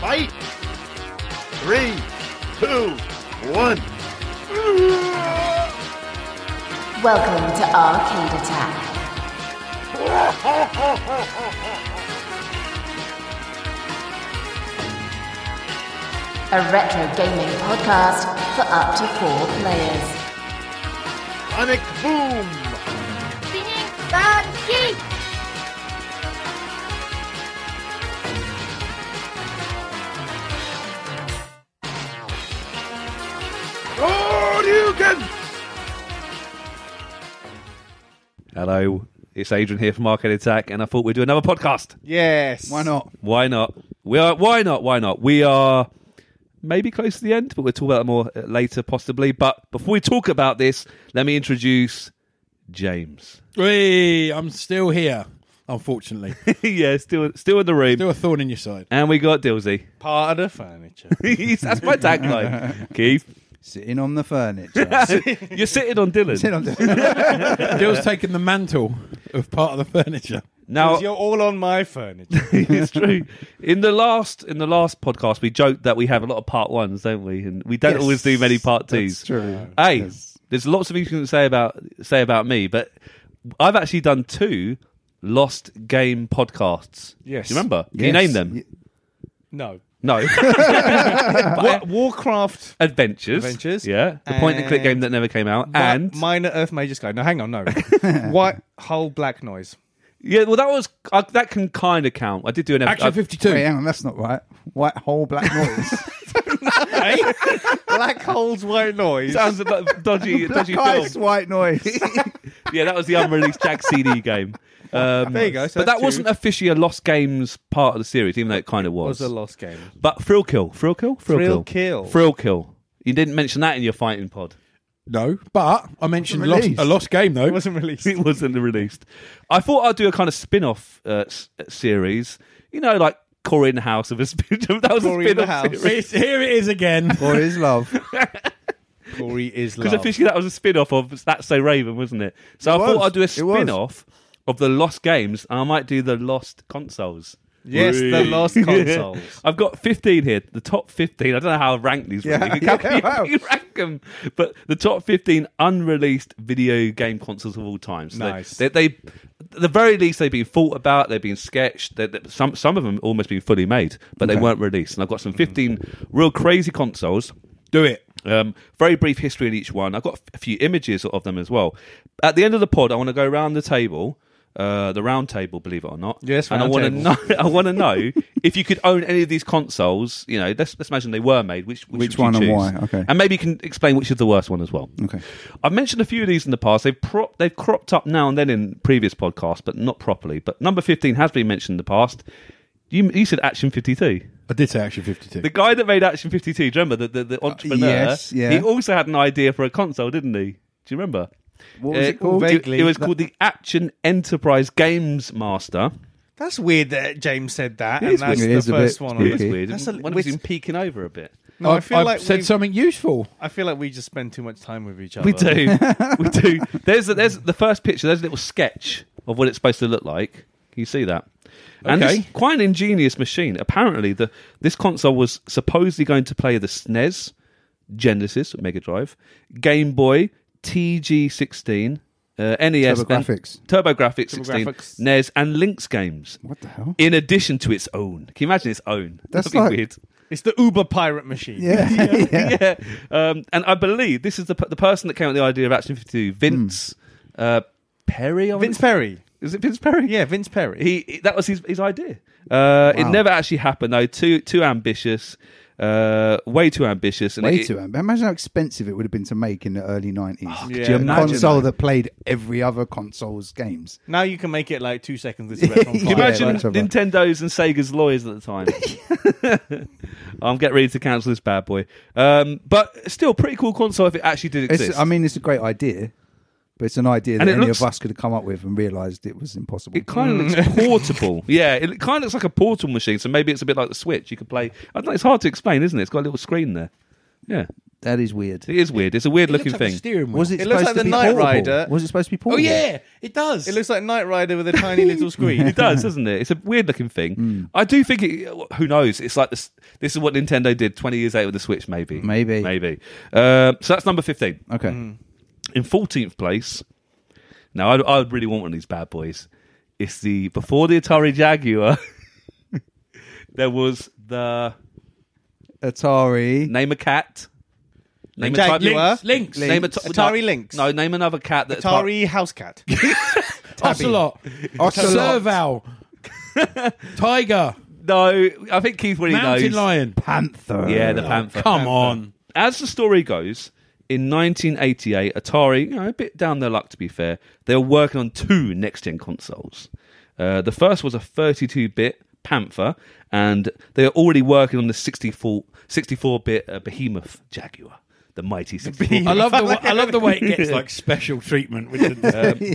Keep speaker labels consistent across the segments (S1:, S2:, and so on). S1: Fight! Three, two, one.
S2: Welcome to Arcade Attack. A retro gaming podcast for up to four players.
S1: Sonic boom! Shoryuken!
S3: Hello, it's Adrian here from Arcade Attack, and I thought we'd do another podcast.
S4: Yes.
S5: Why not?
S3: Why not? We are. Why not? Why not? We are maybe close to the end, but we'll talk about that more uh, later, possibly. But before we talk about this, let me introduce James.
S5: Hey, I'm still here, unfortunately.
S3: yeah, still, still in the room,
S5: still a thorn in your side.
S3: and we got Dilsey.
S4: Part of the furniture.
S3: That's my tagline. Keith,
S5: Sitting on the furniture.
S3: you're sitting on Dylan.
S5: Sitting on the Dill's taking the mantle of part of the furniture.
S3: now
S4: 'Cause you're all on my furniture.
S3: it's true. In the last in the last podcast, we joked that we have a lot of part ones, don't we? And we don't always do many part twos.
S5: true.
S3: Hey, there's lots of things you can say about say about me, but I've actually done two lost game podcasts.
S4: Yes.
S3: do you remember? Can you name them?
S5: Yes.
S4: No.
S3: No,
S4: Wa- Uh, Warcraft
S3: Adventures.
S4: Adventures.
S3: Yeah, the point and click
S4: And-
S3: game that never came out, and
S4: Wa- Minor Earth Mages Guide. No, hang on, no. White Hole Black Noise.
S3: yeah, well, that was uh, that can kind of count. I did do an episode.
S5: Action 52.
S6: Wait, hang on, that's not right. White hole, black noise.
S4: Black Hole's White Noise.
S3: Sounds like dodgy,
S6: black
S3: dodgy film.
S6: ice, white noise.
S3: Yeah, that was the unreleased Jag CD game. Um,
S4: There you go, so
S3: but
S4: that's
S3: that
S4: two.
S3: wasn't officially a lost games part of the series, even though it kind of was.
S4: was a lost game.
S3: But thrill kill, thrill kill, thrill,
S4: Thrill
S3: kill,
S4: Kill.
S3: thrill kill. You didn't mention that in your fighting pod.
S5: No, but I mentioned lost,
S6: released.
S5: a lost game, though.
S4: It wasn't released.
S3: It wasn't released. I thought I'd do a kind of spin-off uh, s- series. You know, like Corey in the House of a spin. that was
S4: Cory
S3: a
S4: in the
S3: spin-off
S4: House.
S3: series.
S5: It's- here it is again.
S6: or is love.
S4: Corey is
S3: Because
S4: love.
S3: officially that was a spin-off of That's So Raven, wasn't it? So I thought
S6: was.
S3: I'd do a
S6: It was.
S3: spin-off of the lost games, and I might do the lost consoles.
S4: Yes, the lost consoles.
S3: I've got 15 here. The top 15. I don't know how I rank these.
S6: Yeah,
S3: really.
S6: yeah,
S3: How can you,
S6: wow.
S3: you rank them? But the top 15 unreleased video game consoles of all time. So they-
S4: Nice.
S3: They, they, at the very least, they've been thought about. They've been sketched. They, they- some some of them almost been fully made, but they weren't released. And I've got some 15 real crazy consoles.
S5: Do it.
S3: Um, very brief history in each one. I've got a few images of them as well. At the end of the pod, I want to go around the table, uh, the round table, believe it or not.
S4: Yes,
S3: and I
S4: round
S3: want to
S4: table.
S3: know. I want to know if you could own any of these consoles. You know, let's, let's imagine they were made. Which which,
S6: Which
S3: would
S6: one
S3: you
S6: and
S3: choose?
S6: why? Okay.
S3: and maybe you can explain which is the worst one as well.
S6: Okay.
S3: I've mentioned a few of these in the past. They've prop, they've cropped up now and then in previous podcasts, but not properly. But number fifteen has been mentioned in the past. You, you said Action Fifty Two.
S5: I did say Action 52.
S3: The guy that made Action 52, do you remember the, the, the entrepreneur?
S6: Uh, yes, yeah.
S3: He also had an idea for a console, didn't he? Do you remember?
S6: What was
S3: Uh,
S6: it called?
S4: vaguely.
S3: It, was called the Action Enterprise Games Master.
S4: That's weird that James said that,
S6: is
S4: and that's
S6: weird. It
S4: the
S6: is a
S4: first
S6: bit
S4: one.
S3: It's
S6: Oh, Okay.
S3: weird.
S4: That's a-
S3: One of us
S4: it's-
S3: been peeking over a bit.
S4: No, I, feel
S5: I've
S4: like
S5: said
S4: we,
S5: something useful.
S4: I feel like we just spend too much time with each other.
S3: We do, we do. There's the, there's the first picture. There's a little sketch of what it's supposed to look like. Can you see that? And
S5: Okay.
S3: it's quite an ingenious machine. Apparently, the this console was supposedly going to play the SNES, Genesis, Mega Drive, Game Boy, TG16, uh, NES,
S6: TurboGrafx.
S3: TurboGrafx 16,
S4: TurboGrafx.
S3: NES, E and Lynx games.
S6: What the hell?
S3: In addition to its own, can you imagine its own?
S6: That's
S3: That'd be
S6: like-
S3: weird
S4: It's the Uber pirate machine.
S6: Yeah. yeah.
S3: yeah. Um, and I believe this is the p- the person that came up with the idea of Action 52, Vince
S6: Hmm.
S3: uh, Perry. I
S4: Vince
S3: wanna-
S4: Perry.
S3: Is it Vince Perry?
S4: Yeah, Vince Perry.
S3: He, he- that was his, his idea. Uh, It
S6: Wow.
S3: never actually happened though. Too too ambitious. Uh, way too ambitious. And
S6: Way
S3: it-
S6: too am- Imagine how expensive it would have been to make in the early 90s.
S3: Could
S4: Yeah.
S3: you
S6: A
S3: Oh, imagine?
S6: console
S3: that?
S6: that played every other console's games.
S4: now you can make it like two seconds. This is on
S6: Yeah,
S4: fire.
S3: Imagine
S6: that's all right.
S3: Nintendo's and Sega's lawyers at the time. I'm getting ready to cancel this bad boy. Um, but still, pretty cool console if it actually did exist.
S6: It's, I mean, it's a great idea, but it's an idea
S3: And
S6: that
S3: it
S6: any
S3: looks-
S6: of us could have come up with and realised it was impossible.
S3: It kind of looks portable. Mm. Yeah, it kind of looks like a portable machine. So maybe it's a bit like the Switch. You could play. I don't know. It's hard to explain, isn't it? It's got a little screen there. Yeah.
S6: That is weird.
S3: It is weird. It's a weird
S4: It looks
S3: looking
S4: like
S3: thing.
S4: A steering wheel.
S6: Was it,
S7: It looks
S6: supposed
S7: like
S6: to
S7: the
S6: be
S7: Knight
S6: portable?
S7: Rider.
S6: Was it supposed to be
S4: Oh
S6: portable?
S4: yeah, it does.
S7: It looks like Knight Rider with a tiny little screen.
S3: It does, doesn't it? It's a weird looking thing. I do think it. Who knows? It's like this. This is what Nintendo did 20 years later with the Switch, maybe.
S6: Maybe.
S3: Maybe. Uh, so that's number 15.
S6: Okay.
S3: In 14th place, now I, I would really want one of these bad boys. It's the. Before the Atari Jaguar, there was the.
S6: Atari.
S3: Name a cat. Name a
S7: Jaguar.
S3: type.
S5: Links.
S7: Links,
S3: Name a t-
S7: Atari
S3: no,
S7: Lynx.
S3: No, name another cat that's part-
S7: Atari House Cat.
S5: Ocelot. Serval. Tiger.
S3: No, I think Keith really
S5: Mountain
S3: knows.
S5: lion.
S6: Panther.
S3: Yeah, the panther.
S5: Come on.
S3: As the story goes, in 1988, Atari, you know, a bit down their luck to be fair, they were working on two next gen consoles. Uh, the first was a 32 bit Panther, and they were already working on the 64 bit uh, Behemoth Jaguar, the mighty 64
S5: I love the wa- I love the way it gets Um, like special treatment. Which is,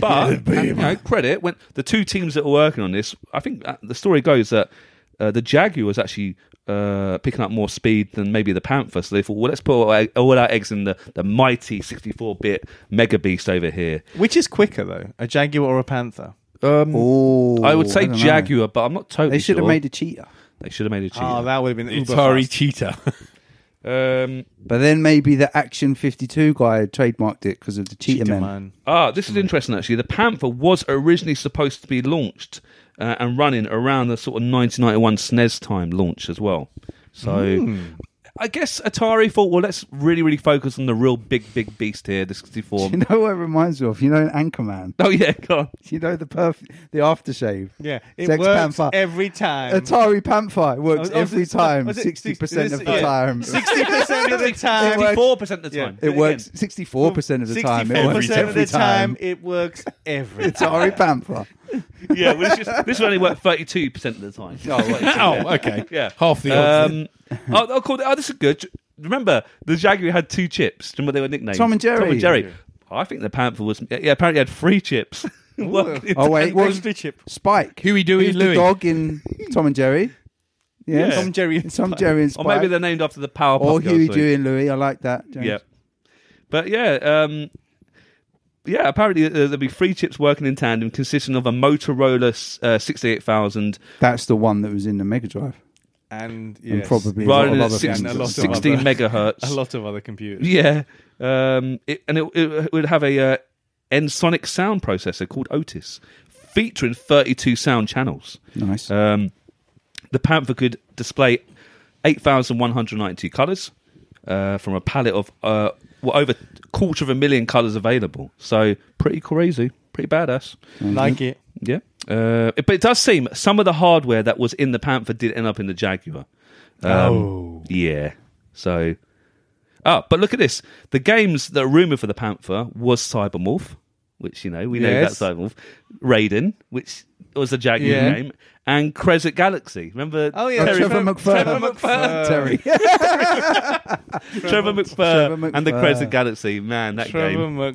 S3: but you know, credit when the two teams that were working on this, I think uh, the story goes that uh, the Jaguar was actually uh, picking up more speed than maybe the Panther, so they thought, well, let's put all our, all our eggs in the, the mighty 64-bit Mega Beast over here.
S7: Which is quicker though, a Jaguar or a Panther?
S6: Oh,
S3: I would say
S6: don't know.
S3: Jaguar, but I'm not totally.
S6: They should have
S3: sure.
S6: made Ah, a cheetah.
S3: They should have made a cheat.
S7: Oh, that would have been uber
S5: Atari
S7: fast.
S5: cheetah.
S3: um,
S6: But then maybe the Action 52 guy trademarked it because of the cheetah,
S7: Cheetah
S6: men.
S7: Man.
S3: Ah, this is interesting actually. The Panther was originally supposed to be launched uh, and running around the sort of 1991 SNES E time launch as well. So
S6: Hmm.
S3: I guess Atari thought, well, let's really, really focus on the real big, big beast here, the 64.
S6: You know what it reminds me of? You know in Anchorman.
S3: oh, yeah, God.
S6: You know the perf- the aftershave.
S7: Yeah, it
S6: Sex
S7: works
S6: Panther.
S7: every time. Oh,
S6: Atari Panther it works
S7: Was- was
S6: every
S7: it-
S6: time,
S7: was it
S6: sixty percent of the
S7: yeah.
S6: time.
S7: Sixty percent of the
S3: 64%
S7: time.
S3: of the time.
S6: It works sixty-four percent of the time. It works
S7: 64% of
S6: every
S7: the
S6: time.
S7: time. It works every time.
S6: Atari Panther.
S3: Yeah, well, it's just, this one only worked 32% of the time.
S5: oh, okay.
S3: Yeah.
S5: Half the odds.
S3: Um, oh, oh, cool. oh, this is good. Remember, the Jaguar had two chips. Remember they were nicknamed
S6: Tom and Jerry.
S3: Tom and Jerry. Oh, I think the Panther was. Yeah, apparently had three chips. Working
S6: Oh wait,
S3: tandem.
S6: what was
S7: Extra chip.
S6: Spike?
S5: Huey, Dewey,
S6: Who's
S5: Louie.
S6: the dog in Tom and Jerry? Yes.
S3: Yeah.
S7: Tom Jerry.
S6: Tom, Jerry and
S3: or
S6: Spike.
S3: maybe they're named after the Powerpuff
S6: or
S3: Girls.
S6: Huey,
S3: so-
S6: Dewey, and Louie. I like that. James.
S3: Yeah, but yeah, um, yeah. Apparently, uh, there'll be three chips working in tandem, consisting of a Motorola uh, sixty-eight thousand
S6: That's the one that was in the Mega Drive.
S7: And,
S6: And
S7: yes,
S6: probably a lot
S3: running
S6: of
S3: at
S6: other
S3: six-
S6: things.
S7: And a lot of
S3: sixteen
S7: other-
S3: megahertz.
S7: a lot of other computers.
S3: Yeah, um, it, and it, it would have a uh, Nsonic sound processor called Otis, featuring thirty-two sound channels.
S6: Nice.
S3: Um, the Panther could display 8,192 colours uh, from a palette of uh, well, over quarter of a million colours available. So pretty crazy, pretty badass.
S7: Like it.
S3: Yeah. Uh, it- but it does seem some of the hardware that was in the Panther did end up in the Jaguar. Um, oh. Yeah. So. Oh, but look at this. The games that are rumoured for the Panther was Cybermorph, which, you know, we know
S7: Yes.
S3: that's Cybermorph. Raiden, which was a Jaguar
S7: Yeah.
S3: game. And Crescent Galaxy. Remember?
S7: Oh, yeah.
S3: Terry-
S6: Trevor McFerrin.
S3: Trevor McFerrin.
S6: Terry.
S3: Trevor McFerrin.
S6: Trevor
S3: And the
S6: McFerrin.
S3: Crescent Galaxy. Man, that game.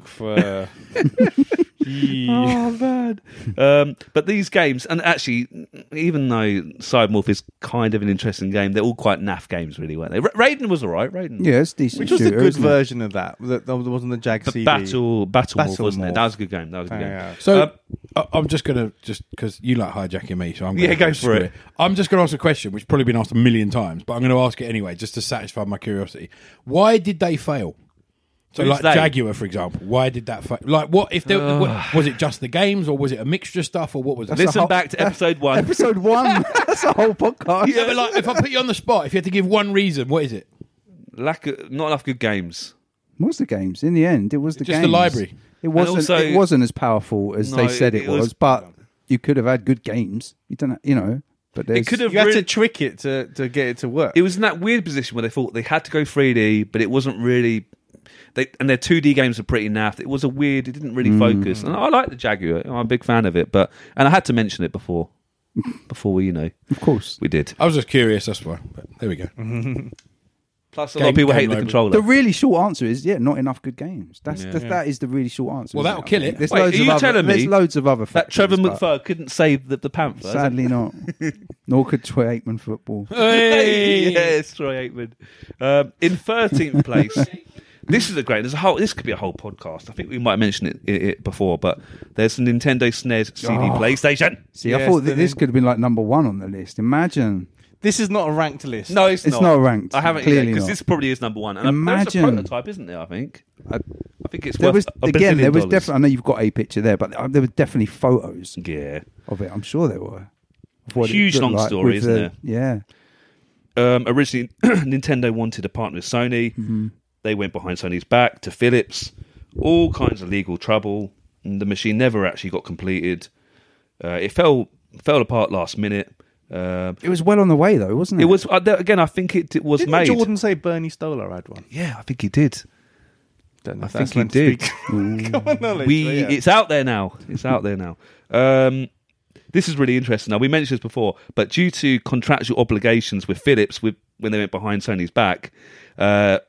S7: Trevor McFur.
S3: Oh man! um, but these games, and actually, even though Cybermorph is kind of an interesting game, they're all quite naff games, really, weren't they? Ra- Raiden was all right. Raiden,
S6: yeah, it's decent.
S7: Which was the
S6: shooter,
S7: good
S6: isn't it?
S7: version of that? That that wasn't the Jag
S3: the
S7: CD.
S3: battle, battle, Morph,
S7: Battle
S3: wasn't it?
S7: Morph.
S3: That was a good game. That was a good game.
S7: Oh, Yeah.
S5: So
S3: Um,
S5: I- I'm just gonna just because you like hijacking me, so I'm gonna
S3: Yeah, go for it.
S5: I'm just gonna ask a question which probably been asked a million times, but I'm gonna ask it anyway just to satisfy my curiosity. Why did they fail? So,
S3: Who's
S5: like
S3: they?
S5: Jaguar, for example, why did that fail? Like, what if there what, was it just the games, or was it a mixture of stuff, or what was? it?
S3: Listen
S6: whole-
S3: back to episode one.
S6: Episode one. That's a whole podcast.
S5: yeah, but like, if I put you on the spot, if you had to give one reason, what is it?
S3: Lack of, not enough good games.
S6: What was the games? In the end, it was the
S5: Just the
S6: games.
S5: library.
S6: It wasn't.
S3: also-
S6: it wasn't as powerful as
S3: No,
S6: they said
S3: it- it
S6: it, was,
S3: was-
S6: But you could have had good games. You don't. You know. But there's,
S3: It could have.
S7: You had
S3: really-
S7: to trick it to, to get it to work.
S3: it was in that weird position where they thought they had to go 3D, but it wasn't really. They, and their 2D games are pretty naff. It was a weird. It didn't really focus. And I like the Jaguar. I'm a big fan of it, but and I had to mention it before, before we, you know,
S6: of course.
S3: we did.
S5: Mm-hmm. I was just curious. That's why. But there we go.
S3: Plus, a
S5: Game-
S3: lot of people hate
S5: game
S3: the
S5: over.
S3: controller.
S6: The really short answer is yeah, not enough good games. That's,
S4: Yeah.
S6: that's that is the really short answer.
S5: Well,
S6: isn't
S5: that'll
S6: I
S5: kill
S6: think?
S5: it.
S6: There's
S3: Wait,
S6: loads
S3: are
S6: of
S3: you
S6: other,
S3: telling me
S6: there's loads of other
S3: that
S6: factors,
S3: Trevor
S6: but
S3: McFerg couldn't save the, the Panther.
S6: Sadly, not. Nor could Troy Aikman football.
S3: Hey! yes, Troy Aikman. Um, in thirteenth place. This is a great. There's a whole. This could be a whole podcast. I think we might mention it, it, it before, but there's some Nintendo SNES CD
S6: Oh.
S3: PlayStation.
S6: See, I
S7: Yes,
S6: thought that
S7: then
S6: this
S7: in-
S6: could have been like number one on the list. Imagine.
S7: This is not a ranked list.
S3: No, it's,
S6: It's
S3: not.
S6: not ranked,
S3: I haven't
S6: clearly
S3: because
S6: not.
S3: this probably is number one. And Imagine. there's a
S6: Imagine.
S3: prototype, isn't there? I think. I, I think it's
S6: There
S3: worth
S6: was
S3: a
S6: again. There
S3: bazillion
S6: was
S3: dollars.
S6: definitely. I know you've got a picture there, but uh, there were definitely photos
S3: yeah.
S6: of it. I'm sure there were. Of what it
S3: Huge
S6: looked
S3: long story,
S6: with
S3: isn't
S6: the-
S3: there?
S6: Yeah.
S3: um, originally Nintendo wanted to partner with Sony. They went behind Sony's back to Philips. All kinds of legal trouble. And the machine never actually got completed. Uh, it fell fell apart last minute. Um,
S6: It was well on the way though, wasn't it?
S3: it was uh, there- again. I think it, it was
S7: Didn't
S3: made.
S7: Jordan say Bernie Stoller had one?
S3: Yeah, I think he did.
S7: Don't know
S3: I
S7: if
S3: think
S7: that's
S3: he
S7: meant to
S3: did.
S7: be common knowledge,
S3: we
S7: but yeah.
S3: it's out there now. It's out there now. Um, this is really interesting. Now we mentioned this before, but due to contractual obligations with Philips, with when they went behind Sony's back, uh,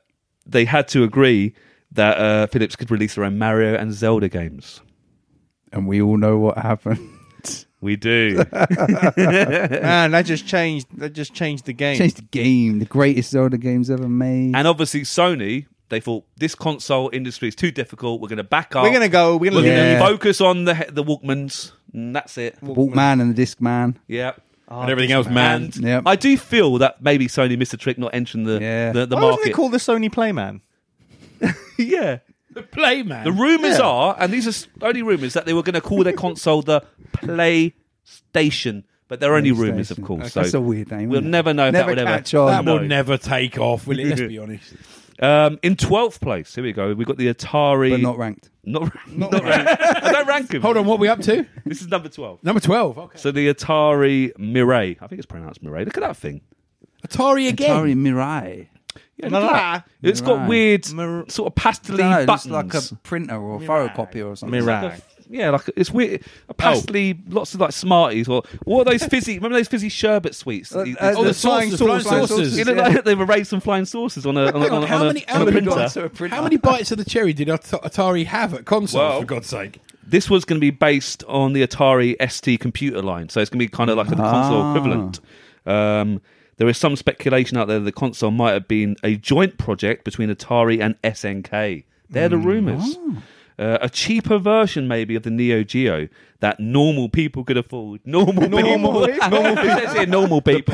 S3: they had to agree that uh, Philips could release their own Mario and Zelda games.
S6: and we all know what happened.
S3: We do.
S7: Man, they just changed. They just changed the game.
S6: Changed the game. The greatest Zelda games ever made.
S3: and obviously, Sony. They thought this console industry is too difficult. We're going to back up.
S7: We're gonna go. We're
S3: We're
S7: gonna.
S3: going
S6: Yeah.
S3: to focus on the the Walkmans. And that's it.
S6: Walkman and the Discman.
S3: Yeah.
S5: and everything else, man.
S3: And
S6: Yep.
S3: I do feel that maybe Sony missed a trick not entering the
S6: Yeah.
S3: the, the
S7: Why wasn't
S3: market.
S7: it called the Sony Playman?
S3: yeah.
S5: The play, man.
S3: The rumors are, and these are s- only rumors, that they were going to call their console the PlayStation, but they're only rumors, of
S6: PlayStation.
S3: course. So
S6: That's a weird name.
S3: We'll
S6: isn't it?
S3: never know if that
S6: Never
S3: would ever
S6: catch on.
S5: that
S3: Oh, No.
S5: will never take off, will it? Let's be honest.
S3: Um, in twelfth place, here we go. We got the Atari.
S6: But not ranked.
S3: not, not, ranked. I don't rank them.
S5: Hold on, what are we up to?
S3: This is number twelve.
S5: Number 12. Okay.
S3: So the Atari Mirai. I think it's pronounced Mirai. Look at that thing.
S5: Atari again.
S6: Atari Mirai.
S3: Yeah, look at that. It's got
S6: Mirai.
S3: weird,
S7: Mir-
S3: sort of pastely
S6: No, it looks
S3: buttons.
S6: like a printer or a photocopier or something.
S7: Mirai.
S3: Yeah, like it's weird. A pastely, lots of like Smarties or what are those fizzy? remember those fizzy sherbet sweets? that
S6: Uh,
S3: you-
S6: uh,
S5: Oh, the,
S6: The
S5: flying
S6: saucers,
S5: saucers.
S6: flying
S5: saucers.
S6: saucers,
S3: you look
S6: yeah.
S3: like they've erased some flying saucers on a on a, on a,
S5: How
S3: on a-
S5: many-
S3: on a
S5: how many
S3: printer.
S5: dots How many bites of the cherry did At- Atari have at consoles,
S3: Well-
S5: for God's sake?
S3: This was going to be based on the Atari ST computer line, so it's going to be kind of like a console equivalent. Um, there is some speculation out there that the console might have been a joint project between Atari and SNK. They're the rumors. Uh, a cheaper version, maybe, of the Neo Geo that normal people could afford. Normal, normal people. Normal people. It says here normal
S5: The
S3: people.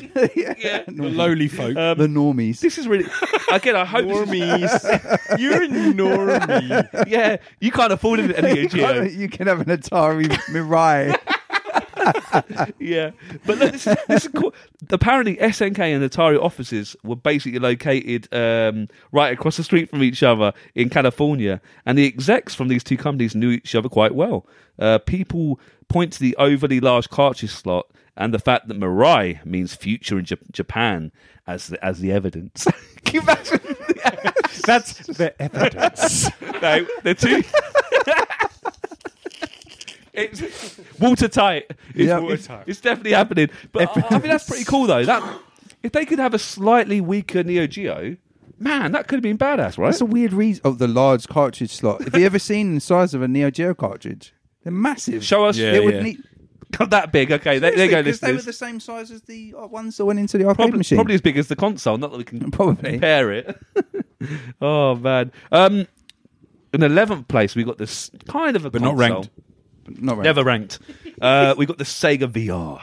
S3: Yeah.
S5: the lowly folk.
S6: the normies.
S3: Um, This is really again. I hope. this is-
S7: Normies. You're a normie.
S3: yeah, you can't afford it any Geo.
S6: you can have an Atari Mirai.
S3: Yeah, but look, this is, this is cool. Apparently, SNK and Atari offices were basically located um, right across the street from each other in California, and the execs from these two companies knew each other quite well. Uh, people point to the overly large cartridge slot and the fact that Mirai means future in J- Japan as the, as the evidence. Can you imagine?
S7: That's the evidence.
S3: No, they're too. it's watertight. It's,
S6: Yeah.
S3: it's, it's definitely happening. But I, I mean, that's pretty cool though. That if they could have a slightly weaker Neo Geo, man, that could have been badass, right?
S6: That's a weird reason. Oh, the large cartridge slot. Have you ever seen the size of a Neo Geo cartridge? They're massive.
S3: Show us.
S5: Yeah,
S6: It would
S5: yeah.
S6: need.
S3: Not that big. Okay, there, there you go.
S6: Because they were
S3: Listeners.
S6: the same size as the uh, ones that went into the arcade
S3: Probably,
S6: machine.
S3: probably as big as the console. Not that we can
S6: Probably.
S3: compare it. oh man. Um, in eleventh place, we got this kind of a
S5: But not
S3: console.
S5: ranked.
S6: Not right.
S3: Never ranked. Uh, we got the Sega VR.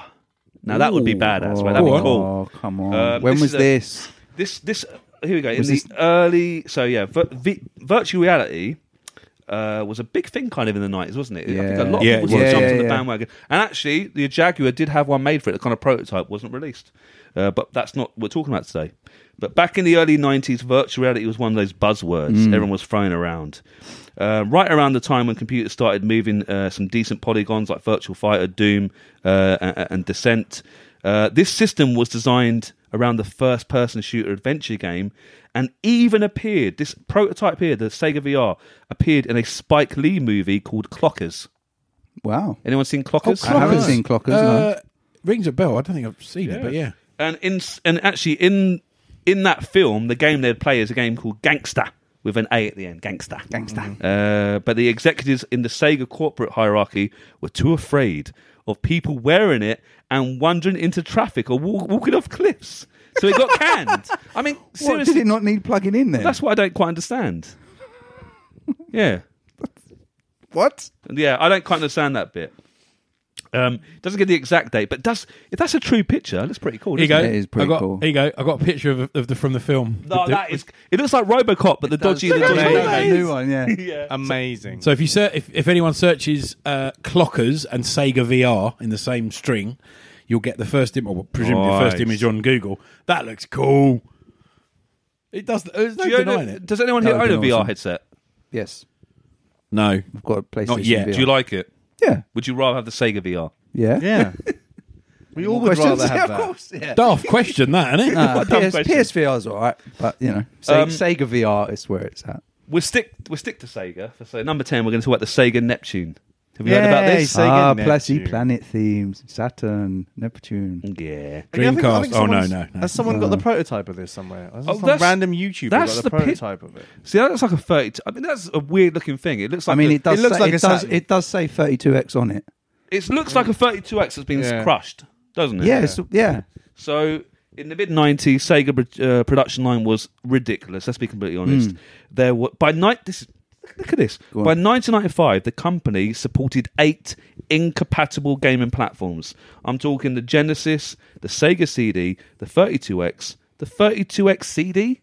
S3: Now that would be badass. Right? That'd be
S5: Go on.
S3: cool.
S6: Oh, come on.
S3: Um,
S6: when
S3: this
S6: was
S3: is a-
S6: this?
S3: this this here we go in
S6: Was
S3: the
S6: this-
S3: early so yeah vir- vi- virtual reality uh, was a big thing kind of in the 90s wasn't it I think a lot of
S5: Yeah,
S3: people
S5: it
S3: sort of
S6: was.
S3: jumped
S6: Yeah,
S3: on the
S6: yeah, yeah.
S3: bandwagon and actually the Jaguar did have one made for it the kind of prototype wasn't released uh, but that's not what we're talking about today but back in the early 90s virtual reality was one of those buzzwords everyone was throwing around uh, right around the time when computers started moving uh, some decent polygons like Virtual Fighter, Doom, uh, and, and Descent, uh, this system was designed around the first person shooter adventure game and even appeared, this prototype here, the Sega VR, appeared in a Spike Lee movie called Clockers.
S6: Wow.
S3: Anyone seen
S5: Oh,
S3: Clockers?
S6: I haven't seen Clockers. no.
S5: Uh, Rings a bell. I don't think I've seen it, but yeah.
S3: And in and actually in in that film, the game they'd play is a game called Gangster with an A at the end, Gangster.
S6: Gangster.
S3: Uh, but the executives in the Sega corporate hierarchy were too afraid of people wearing it and wandering into traffic or walk- walking off cliffs. So it got canned. I mean,
S6: What, did
S3: seriously,
S6: it not need plugging in then?
S3: that's what I don't quite understand. Yeah.
S6: what?
S3: Yeah, I don't quite understand that bit. Um, doesn't get the exact date, but does if that's a true picture, that's pretty cool.
S5: Here you
S3: doesn't
S5: go.
S3: it?
S6: It is pretty
S5: I got,
S6: cool.
S5: Here you go. I got a picture of, of the from the film.
S3: No,
S5: The-
S3: that is. It looks like RoboCop, but the dodgy, the
S6: Yeah,
S3: dodgy.
S6: yeah,
S3: remake.
S6: yeah, new one, yeah.
S7: Amazing.
S5: So if you ser- if, if anyone searches uh, clockers and Sega VR in the same string, you'll get the first image, well, presumably the first
S3: Nice.
S5: image on Google. That looks cool. It does. There's no
S3: Do you own a-
S5: denying it.
S3: Does anyone
S6: That
S3: here
S6: would
S3: own a
S6: be
S3: VR
S6: awesome.
S3: headset?
S6: Yes,
S5: No,
S6: I've got a PlayStation
S5: Not yet.
S6: VR.
S3: Do you like it?
S6: Yeah,
S3: Would you rather have the Sega VR?
S6: yeah,
S7: yeah. we all would
S6: Questions?
S7: rather have
S6: yeah,
S7: that.
S6: of course. Yeah.
S5: daft question that, isn't it?
S6: Uh,
S3: dumb
S6: PS,
S3: question.
S6: PSVR's all right, but you know, Se-
S3: Um,
S6: Sega VR is where it's at.
S3: We'll stick. We'll stick to Sega. For so number ten, we're going to talk about the Sega Neptune. Have you heard about
S7: Yay,
S3: this?
S7: Sega
S6: ah,
S7: Neptune.
S6: plasty planet themes, Saturn, Neptune.
S3: Yeah.
S7: Yeah, I think- I
S5: Dreamcast.
S7: think
S5: Oh no,
S7: someone's-
S5: no, no.
S7: Has someone got the prototype of this somewhere? Has
S3: Oh,
S7: some
S3: that's-
S7: random YouTuber
S3: that's
S7: got
S3: the
S7: the,
S3: pi-
S7: prototype of it.
S3: See, that looks like a thirty. I mean, that's a weird looking thing. It looks. Like
S6: I mean,
S3: a-
S6: it does.
S7: it looks
S6: say,
S7: like
S6: it
S7: a
S6: does.
S7: Saturn.
S6: It does say 32x on it.
S3: It looks like a 32X that's been
S7: Yeah.
S3: crushed, doesn't it?
S6: Yes, yeah.
S3: So in the mid 90s, Sega pro- uh, production line was ridiculous. Let's be completely honest.
S7: Hmm.
S3: There were by night. This is- look at this. By 1995, the company supported eight incompatible gaming platforms. I'm talking the Genesis, the Sega CD, the 32X, the 32X CD.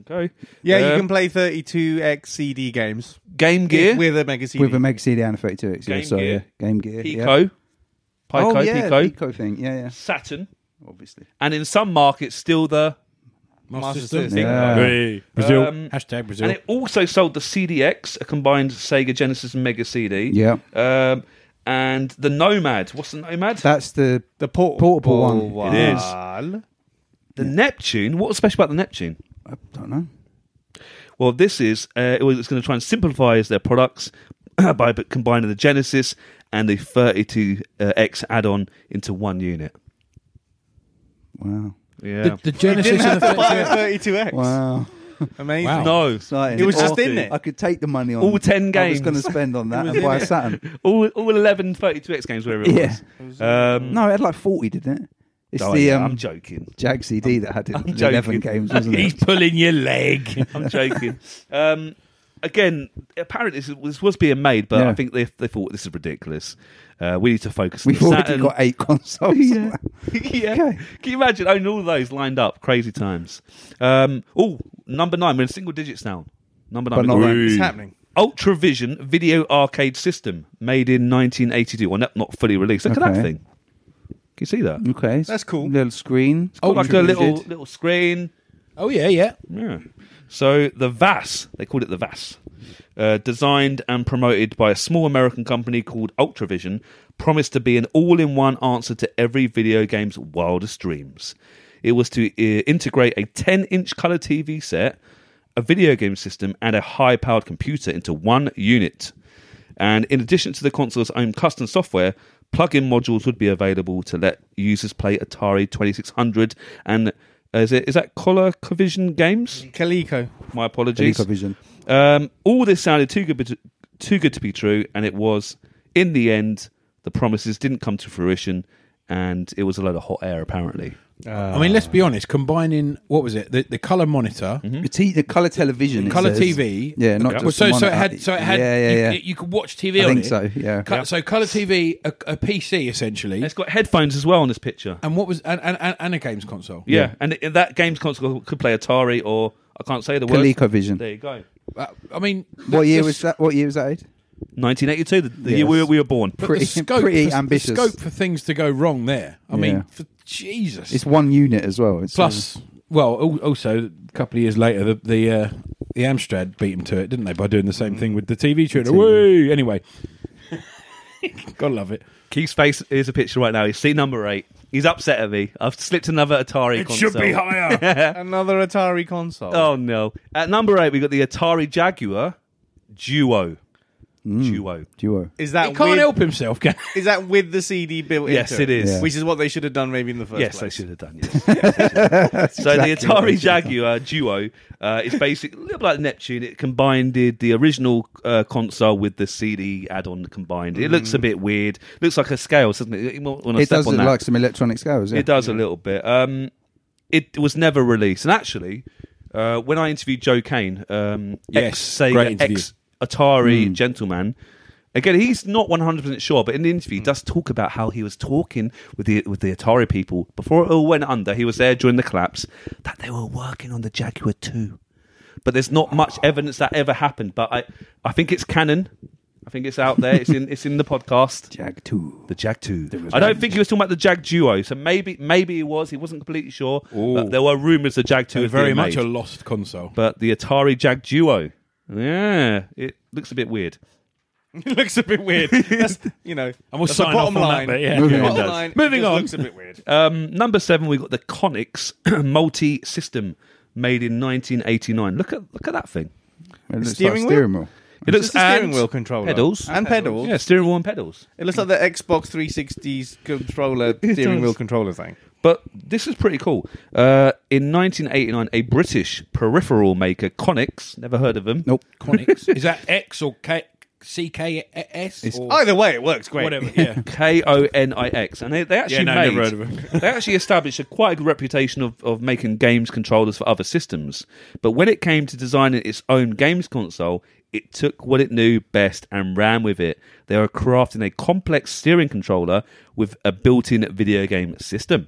S3: Okay.
S7: Yeah,
S3: Uh,
S7: you can play 32x CD games
S3: Game Gear,
S7: with a Mega CD.
S6: With a Mega CD and a 32x. Yeah,
S3: Game
S6: sorry,
S3: Gear.
S6: yeah. Game Gear.
S3: Pico,
S6: Yeah.
S3: Pico,
S6: oh, yeah,
S3: Pico,
S6: Pico thing. Yeah, yeah.
S3: Saturn,
S6: Obviously.
S3: and in some markets still the
S5: Master
S7: System.
S5: System.
S6: Yeah.
S5: Hey, Brazil.
S3: Um,
S5: Hashtag Brazil.
S3: And it also sold the CDX, a combined Sega Genesis and Mega CD.
S6: Yeah.
S3: Um, and the Nomad. What's the Nomad?
S6: That's the
S7: the port-
S6: portable one.
S3: It is.
S7: one.
S3: the Neptune. What was special about the Neptune?
S6: I don't know.
S3: Well, this is uh, it was it's going to try and simplify their products by b- combining the Genesis and the 32X add-on into one unit.
S6: Wow.
S3: Yeah.
S5: the Genesis and the
S7: Buy a 32x.
S6: Wow.
S7: Amazing.
S5: Wow.
S3: no.
S6: Exciting.
S7: It was
S6: Or-
S7: just in there.
S6: I could take the money on
S3: All 10
S6: I was
S3: games.
S6: going to spend on that
S3: was
S6: and
S3: in
S6: buy a
S3: it.
S6: Saturn.
S3: All, all 11 32X games, wherever it
S6: Yeah.
S3: was. Um,
S6: No, it had like 40, didn't it? It's
S3: oh,
S6: the
S3: yeah,
S6: um,
S3: I'm joking.
S6: Jag CD that had it,
S3: I'm
S6: 11
S3: joking.
S6: games, wasn't
S5: He's
S6: it?
S5: pulling your leg.
S3: I'm joking. Um, again, apparently this was, was being made, but
S6: Yeah.
S3: I think they, they thought this is ridiculous. Uh, we need to focus. on
S6: We've
S3: the
S6: already
S3: Saturn."
S6: got eight consoles.
S3: Yeah. yeah. Can you imagine owning all those lined up? Crazy times. Um, oh, number nine. We're in single digits now. Number nine.
S6: But not
S7: It's
S5: Ooh.
S7: happening.
S3: Ultravision video arcade system made in 1982. Well, not, not fully released. Look at that
S6: Okay. Mm.
S3: thing. Can you see that?
S6: Okay.
S7: That's cool.
S6: Little screen.
S3: Oh, like a little little screen.
S5: Oh yeah, yeah.
S3: Yeah. So the VAS, they called it the VAS, uh, designed and promoted by a small American company called Ultravision, promised to be an all-in-one answer to every video game's wildest dreams. It was to uh, integrate a 10-inch color TV set, a video game system, and a high-powered computer into one unit. And in addition to the console's own custom software, plug-in modules would be available to let users play Atari 2600 and uh, is it is that Color Covision Games?
S7: Coleco.
S3: My apologies.
S6: ColecoVision.
S3: Um, all this sounded too good, to- too good to be true, and it was. In the end, the promises didn't come to fruition, and it was a load of hot air. Apparently,
S5: I mean, let's be honest. Combining what was it? The, the color monitor,
S6: The, t- the color television. it
S5: color
S6: says.
S5: TV.
S6: Yeah,
S5: Well,
S6: not Mm-hmm. just
S5: so.
S6: the
S5: So it
S6: monitor.
S5: had. So it had.
S6: Yeah, yeah, yeah.
S5: You, you could watch TV.
S6: I
S5: on
S6: think
S5: it.
S6: so, yeah.
S5: Co- So color TV, a, a PC
S3: And
S5: essentially,
S3: it's got headphones as well on this picture.
S5: and what was and and, and, and a games console.
S3: Yeah, and it- that games console could play Atari or I can't say the word. There
S6: ColecoVision.
S3: you go.
S5: Uh, I mean,
S6: What year
S5: the-
S6: was that? What year was that? Ed?
S3: 1982, the, the
S6: Yes.
S3: year we, we were born.
S5: but the
S6: Pretty-
S5: scope
S6: pretty
S5: for, the
S6: ambitious.
S5: scope for things to go wrong there. I
S6: Yeah.
S5: mean, for, Jesus.
S6: It's one unit as well. It's uh,
S5: Plus, well, al- also a couple of years later, the the, uh, the Amstrad beat them to it, didn't they? By doing the same thing with the TV tuner. Woo! Anyway, gotta love it.
S3: Keith's face is a picture right now. He's seen number eight. He's upset at me. I've slipped another Atari. console.
S5: higher.
S7: Another Atari console.
S3: Oh no! At number eight, we got the Atari Jaguar Duo.
S6: Mm.
S3: duo.
S6: Duo.
S7: Is that
S5: He can't
S7: with,
S5: help himself, can
S7: Is that with the CD built
S3: Yes,
S7: into
S3: it is.
S6: Yeah.
S7: Which is what they should have done maybe in the first
S3: Yes, they
S7: place.
S3: should have done. Yes. Yes, they should have. so the Atari Jaguar duo uh, is basically a little bit like Neptune. It combined the- the original uh, console with the CD add-on combined. It looks a bit weird. Looks like a scale, doesn't it? You might wanna
S6: Mm. It
S3: step
S6: does
S3: on
S6: look
S3: that.
S6: like some electronic scales. Yeah.
S3: It does a little bit. Um, it was never released, and actually, uh, when I interviewed Joe Kane, um, ex
S5: Yes, great
S3: Sega,
S5: interview. Hmm.
S3: ex Atari gentleman. Again, he's not one hundred percent sure, but in the interview, he
S5: Hmm.
S3: does talk about how he was talking with the with the Atari people before it all went under. He was there during the collapse that they were working on the Jaguar Two, but there's not much evidence that ever happened. But I, I think it's canon. I think it's out there. It's in it's in the podcast.
S6: Jag 2.
S3: The Jag Two. I don't think he was talking about the Jag Duo. So maybe maybe he was. He wasn't completely sure. But there were rumours the Jag Two
S5: he?
S3: was
S5: Very
S3: being
S5: much
S3: made.
S5: a lost console.
S3: but the Atari Jag Duo. Yeah, it looks a bit weird.
S7: looks a bit weird. That's, you know,
S5: And we'll
S7: that's the
S5: sign
S7: bottom
S5: off on that
S7: line.
S5: bit, yeah.
S7: The
S6: Moving
S7: bottom
S3: on.
S7: line, it
S5: Moving
S7: just
S5: on.
S7: looks a bit weird.
S3: Um, number seven, we got the Conix multi system made in 1989. Look at look at that thing.
S6: It looks
S7: Steering
S6: like
S7: wheel?
S6: steering wheel.
S3: It
S7: It's
S3: looks
S7: a steering
S3: and
S7: wheel controller.
S3: pedals.
S7: And pedals.
S3: Yeah, steering wheel and pedals.
S7: It looks like the Xbox 360's controller,
S3: does.
S7: steering wheel controller thing.
S3: But this is pretty cool. Uh, in 1989, a British peripheral maker, Conix, never heard of them.
S6: Nope.
S5: Conix. is that X or K? CKS or
S7: Either way, it works great.
S5: whatever. Yeah.
S3: K O N I X, and they, they actually
S5: Yeah, no,
S3: made
S5: never heard of it.
S3: they actually established a quite good reputation of, of making games controllers for other systems. But when it came to designing its own games console, it took what it knew best and ran with it. They are crafting a complex steering controller with a built-in video game system.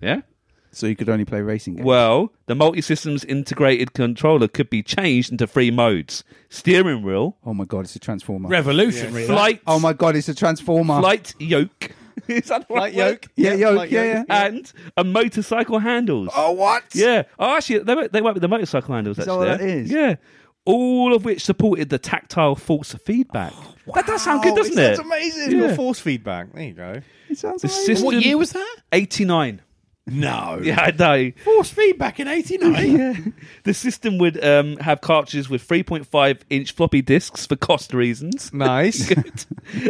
S3: Yeah.
S6: So you could only play racing games.
S3: Well, the multi-systems integrated controller could be changed into three modes: steering wheel,
S6: oh my god, it's a transformer.
S5: Revolutionary. that.
S3: flight,
S6: oh my god, it's a transformer.
S3: flight yoke. Is that the right
S7: Like yoke.
S3: word?
S6: yeah, yeah,
S7: like
S6: yeah,
S7: yoke.
S6: yeah.
S3: and a motorcycle handles.
S6: Oh what?
S3: Yeah. Oh, actually, they won't, they won't be the motorcycle handles.
S6: Is that
S3: actually,
S6: what
S3: there.
S6: that is?
S3: Yeah. All of which supported the tactile force feedback. That does sound good,
S7: Oh,
S3: doesn't
S7: sounds
S3: it?
S7: amazing.
S3: Yeah.
S7: It's got force feedback. There you go.
S6: It sounds
S3: The
S6: amazing.
S3: system.
S5: What year was that?
S3: Eighty-nine.
S5: No.
S3: Yeah, I know.
S5: Force feedback in '89.
S3: Yeah. The system would um, have cartridges with 3.5 inch floppy disks for cost reasons.
S7: Nice.
S3: Good.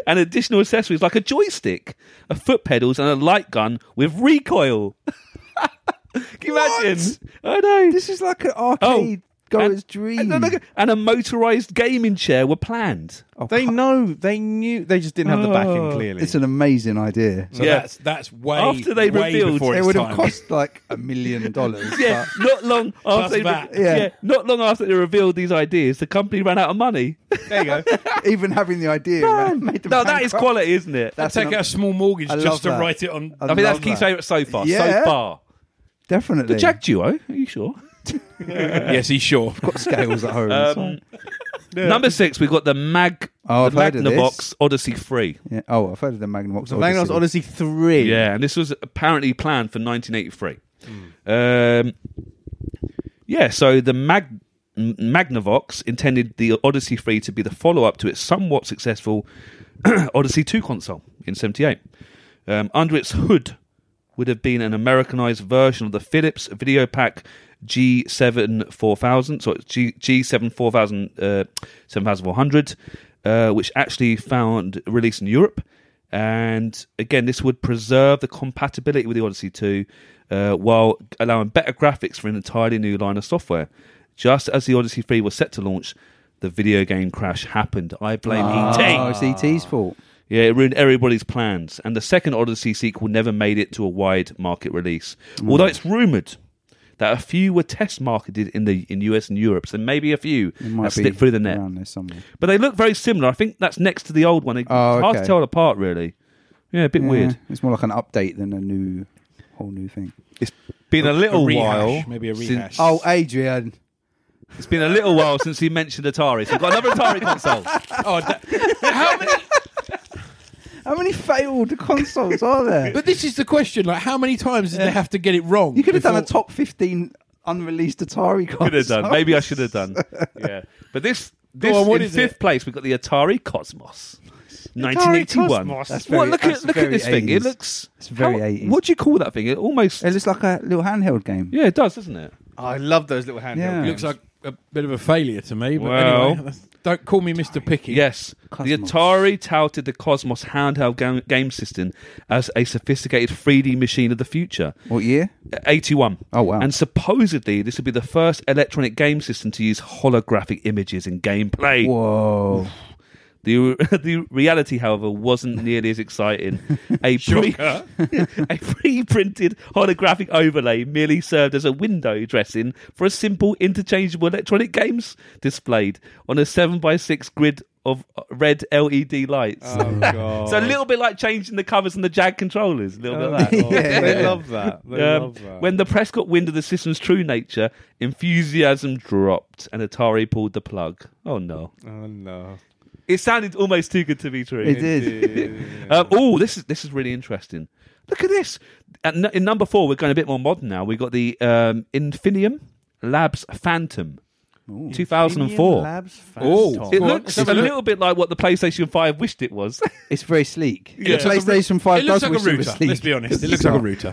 S3: and additional accessories like a joystick, a foot pedals, and a light gun with recoil. Can you imagine? I know.
S6: This is like an
S3: Oh,
S6: arcade goer's dream.
S3: And, and- and a motorized gaming chair were planned.
S6: Oh,
S7: they know. They knew. They just didn't have the backing
S3: Oh.
S7: clearly.
S6: it's an amazing idea.
S5: So
S3: Yeah.
S5: that's that's way
S3: After they
S5: way
S3: revealed-
S5: before
S6: it
S5: its
S6: would have
S5: time.
S6: cost like a million dollars.
S3: Yeah, not long after they,
S5: that.
S3: yeah.
S6: Yeah.
S3: not long after they revealed these ideas, the company ran out of money.
S7: there you go.
S6: but even having the idea man, made them
S3: no, that is
S6: bankrupt.
S3: quality, isn't it?
S6: That's
S5: Take
S6: an-
S5: out a small mortgage
S6: I love
S5: just to
S6: that.
S5: write it on.
S3: I mean, that's
S6: love
S3: Keith's
S6: that.
S3: favourite so far.
S6: Yeah.
S3: So far,
S6: Definitely.
S3: the Jag Duo. Are you sure?
S5: yes, he's sure.
S6: scales at home. it's
S3: Um,
S6: fine.
S3: Number six, we've got the Mag,
S6: Oh, I've
S3: the
S6: heard of
S3: Magnavox Odyssey Three.
S6: yeah. Oh, I've heard of the Magnavox.
S7: The Magnavox
S6: Odyssey.
S7: Odyssey 3.
S3: Yeah, and this was apparently planned for 1983. Um, yeah, so the Mag- M- Magnavox intended the Odyssey 3 to be the follow up to its somewhat successful Odyssey 2 console in 78. Um, under its hood would have been an Americanized version of the Philips Videopack G7 4000, so it's G, G7 4000, uh, 7400, uh, which actually found release in Europe. And again, this would preserve the compatibility with the Odyssey 2 uh, while allowing better graphics for an entirely new line of software. Just as the Odyssey 3 was set to launch, the video game crash happened. I blame ET.
S6: Oh, it's ET's
S3: Ah.
S6: fault.
S3: Yeah, it ruined everybody's plans. And the second Odyssey sequel never made it to a wide market release. Although
S6: Mm.
S3: it's rumored that a few were test marketed in the in US and Europe, so maybe a few
S6: It
S3: have
S6: might be
S3: slipped through the net.
S6: around there somewhere.
S3: But they look very similar. I think that's next to the old one. It's
S6: Oh,
S3: hard to
S6: okay.
S3: tell apart, really. Yeah, a bit
S6: Yeah,
S3: weird.
S6: It's more like an update than a new, whole new thing.
S3: It's been a little
S5: rehash,
S3: while.
S5: maybe a
S3: since-
S5: rehash.
S6: Oh, Adrian.
S3: it's been a little while since he mentioned Atari. So we've got another Atari console.
S5: Oh, that- how many?
S6: How many failed consoles are there?
S5: But this is the question: like, how many times did they have to get it wrong?
S6: You could have done a
S5: before-
S6: top 15 unreleased Atari console.
S3: Could have done. Maybe I should have done. Yeah, but this this
S5: on, what
S3: in
S5: is
S3: fifth
S5: it?
S3: place we got the Atari Cosmos, 1981.
S6: That's
S3: Well,
S6: very-
S3: look at
S6: that's
S3: look at
S6: very
S3: this thing. It
S6: 80s.
S3: looks
S6: It's very
S3: how-
S6: 80s.
S3: What do you call that thing? It almost
S6: It looks like a little handheld game.
S3: yeah, it does, doesn't it?
S7: I love those little handheld
S6: Yeah.
S5: Looks
S7: games.
S5: like a bit of a failure to me. But
S3: Well-
S5: anyway, don't call me Mr. Picky.
S3: Yes, the
S6: Cosmos.
S3: Atari touted the Cosmos handheld ga- game system as a sophisticated 3D machine of the future.
S6: What year?
S3: 81.
S6: Oh, wow.
S3: And supposedly this would be the first electronic game system to use holographic images in gameplay.
S6: Whoa.
S3: The, the reality, however, wasn't nearly as exciting. A, pre- a pre-printed holographic overlay merely served as a window dressing for a simple interchangeable electronic games displayed on a 7x6 grid of uh, red LED lights.
S6: Oh,
S3: so a little bit like changing the covers on the Jag controllers. A little bit
S6: Um,
S3: like that.
S4: They love that. They
S3: Um,
S4: love that.
S3: when the press got wind of the system's true nature, enthusiasm dropped and Atari pulled the plug. Oh no.
S4: oh no.
S3: It sounded almost too good to be true.
S6: It is.
S3: Um, oh, this is this is really interesting. Look at this. At nu- in number four, we're going a bit more modern now. We got the um, Infinium Labs Phantom, two thousand and four.
S7: Labs
S5: Oh.
S7: Phantom.
S3: It
S5: Go on,
S3: looks a
S5: let's have a look.
S3: little bit like what the PlayStation Five wished it was.
S6: It's very sleek.
S3: Yeah.
S6: The PlayStation 5
S5: It looks
S6: does
S5: like a
S6: wish it was
S5: router.
S6: sleek.
S5: Let's be honest. It looks like a router.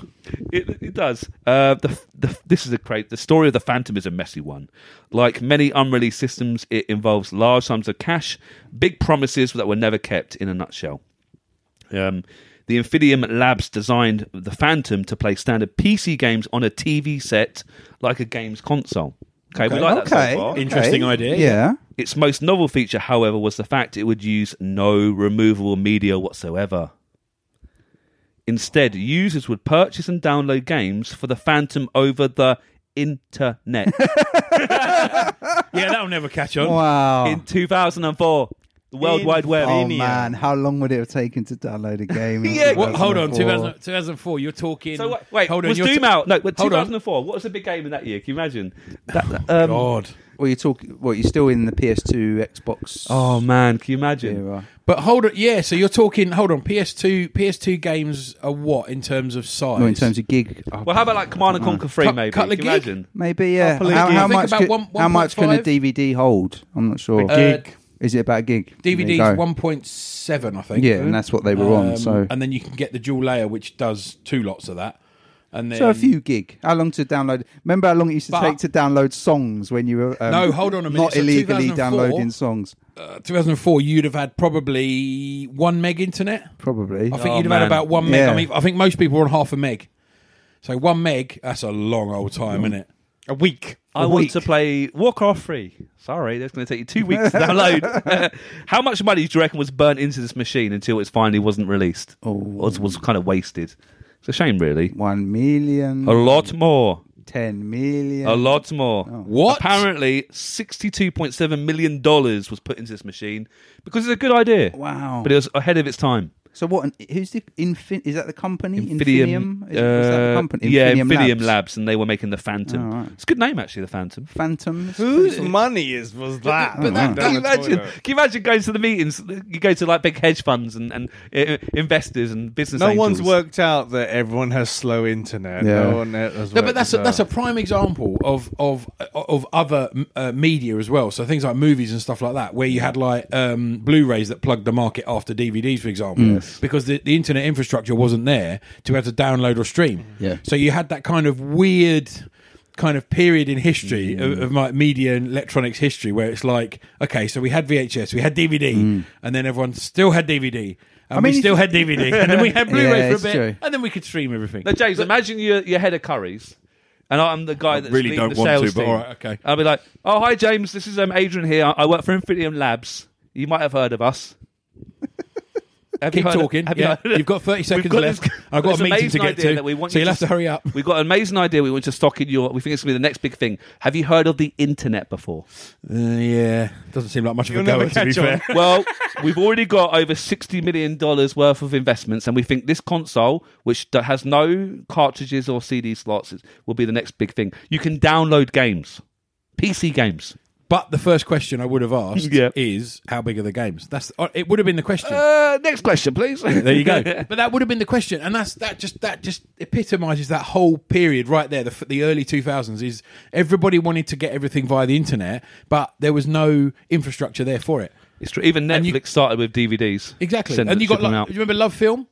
S3: It, it does. Uh, the, the, this is a great. The story of the Phantom is a messy one. Like many unreleased systems, it involves large sums of cash, big promises that were never kept. In a nutshell, um, the Infidium Labs designed the Phantom to play standard PC games on a TV set, like a games console. Okay, we like that
S6: Okay.
S3: so far.
S5: Interesting idea. Um,
S6: Yeah.
S3: Its most novel feature, however, was the fact it would use no removable media whatsoever. Instead, users would purchase and download games for the Phantom over the internet.
S5: Yeah, that'll never catch on.
S6: Wow.
S3: In 2004, the World Wide Web.
S6: Oh man, how long would it have taken to download a game? in
S3: Yeah,
S5: What, hold on,
S6: 2004?
S5: 2000, 2004. You're talking.
S3: So wait, wait
S5: hold on,
S3: was
S5: you're
S3: Doom
S5: ta-
S3: out? No,
S5: Hold on.
S3: 2004. What was the big game in that year? Can you imagine? That, that, um, oh.
S5: God.
S6: Well, you're talking. What you're still in the PS2, Xbox.
S5: Oh,
S3: Oh, man, can you imagine?
S6: era.
S5: But hold on, yeah. So you're talking. Hold on, PS2. PS2 games are what in terms of size?
S6: No, in terms of gig, oh,
S3: Well, how about like Command and Conquer 3,
S5: Uh-huh. Cut-
S3: maybe?
S5: cut the
S3: can you
S5: gig?
S3: imagine?
S6: maybe yeah.
S5: believe
S6: How,
S5: you.
S6: how
S5: Think
S6: much?
S5: about
S6: Could,
S5: one-
S6: how much can a
S5: 1.5?
S6: DVD hold? I'm not sure.
S5: Uh,
S6: Is it about a gig? There you
S5: DVD's
S6: go.
S5: 1.7, I think.
S6: Yeah, and that's what they were on.
S5: Um,
S6: So,
S5: and then you can get the dual layer, which does two lots of that. And then
S6: so a few gig. How long to download? Remember how long it used to
S5: But-
S6: take to download songs when you were um,
S5: No, hold on a minute.
S6: Not
S5: So
S6: illegally
S5: 2004
S6: downloading songs,
S5: uh, 2004, you'd have had probably one meg internet.
S6: probably.
S5: I think
S3: Oh,
S5: you'd have
S3: man.
S5: had about one meg.
S6: Yeah.
S5: I mean, I think most people were on half a meg. So one meg, that's a long old time, isn't it?
S4: A week.
S3: I want to play Warcraft 3. Sorry, that's going to take you two weeks to download. How much money do you reckon was burnt into this machine until it finally wasn't released? Oh. Or was- was kind of wasted? It's a shame, really.
S6: One million,
S3: A lot more.
S6: ten million.
S3: A lot more.
S6: Oh.
S5: What?
S3: Apparently, $62.7 million was put into this machine because it's a good idea.
S6: Wow.
S3: But it was ahead of its time.
S6: So what? an- Who's the infin? Is that the company?
S3: Infidium,
S6: Infinium? Is, is that the
S3: uh,
S6: company?
S3: yeah,
S6: Infinium
S3: Infidium Labs.
S6: Labs.
S3: and they were making the Phantom.
S6: All right.
S3: It's a good name, actually, the Phantom.
S6: Phantoms.
S7: Whose money is was that?
S6: but that-
S3: Can you imagine? Can you imagine going to the meetings? You go to like big hedge funds and, and uh, investors and business.
S7: No
S3: angels.
S7: one's worked out that everyone has slow internet.
S6: Yeah.
S7: No one has
S5: No,
S7: worked
S5: but that's a,
S7: it
S6: uh,
S5: that's a
S7: out.
S5: prime example of of of other uh, media as well. So things like movies and stuff like that, where you had like um, Blu-rays that plugged the market after DVDs, for example, because the, the internet infrastructure wasn't there to have to download or stream.
S6: Yeah.
S5: So you had that kind of weird kind of period in history
S6: Mm-hmm.
S5: of, of like media and electronics history where it's like, okay, so we had VHS, we had DVD, and then everyone still had DVD. And
S6: Mm. I mean,
S5: we
S6: if
S5: still
S6: you-
S5: had DVD, and then we had Blu-ray
S6: Yeah,
S5: for a
S6: it's
S5: bit,
S6: true.
S5: and then we could stream everything.
S3: No, James. imagine you're, you're head of Curry's, and I'm the guy that's
S5: really
S3: leading
S5: don't
S3: the
S5: want
S3: sales
S5: to, but
S3: team.
S5: all right, okay.
S3: I'll be like, "Oh, hi, James. This is um, Adrian here. I, I work for Infinium Labs. You might have heard of us." Have you
S5: Keep
S3: heard of-
S5: talking.
S3: have you
S5: yeah.
S3: heard of-
S5: You've got 30 seconds
S3: got
S5: left.
S3: this-
S5: I've got
S3: this
S5: a meeting to
S3: amazing
S5: get
S3: idea
S5: to.
S3: that we want
S5: so
S3: you
S5: you'll
S3: to
S5: have to
S3: s-
S5: hurry up.
S3: We've got an amazing idea. We want to stock in your. We think it's going to be the next big thing. Have you heard of the internet before?
S5: Uh, yeah. Doesn't seem like much
S4: You'll
S5: of a goer,
S4: never
S5: to be
S4: catch on.
S5: fair.
S3: Well, we've already got over sixty million dollars worth of investments, and we think this console, which d- has no cartridges or CD slots, is- will be the next big thing. You can download games, PC games.
S5: But the first question I would have asked
S3: Yeah.
S5: is how big are the games? That's uh, It would have been the question.
S3: Uh, next question, please.
S5: there you go. but that would have been the question, and that's that just that just epitomizes that whole period right there. The, f- the early two thousands is everybody wanted to get everything via the internet, but there was no infrastructure there for it.
S3: It's true. Even
S5: And you-
S3: Netflix started with DVDs.
S5: Exactly.
S3: Send-
S5: and you got
S3: shipping
S5: like,
S3: out.
S5: you remember Love Film?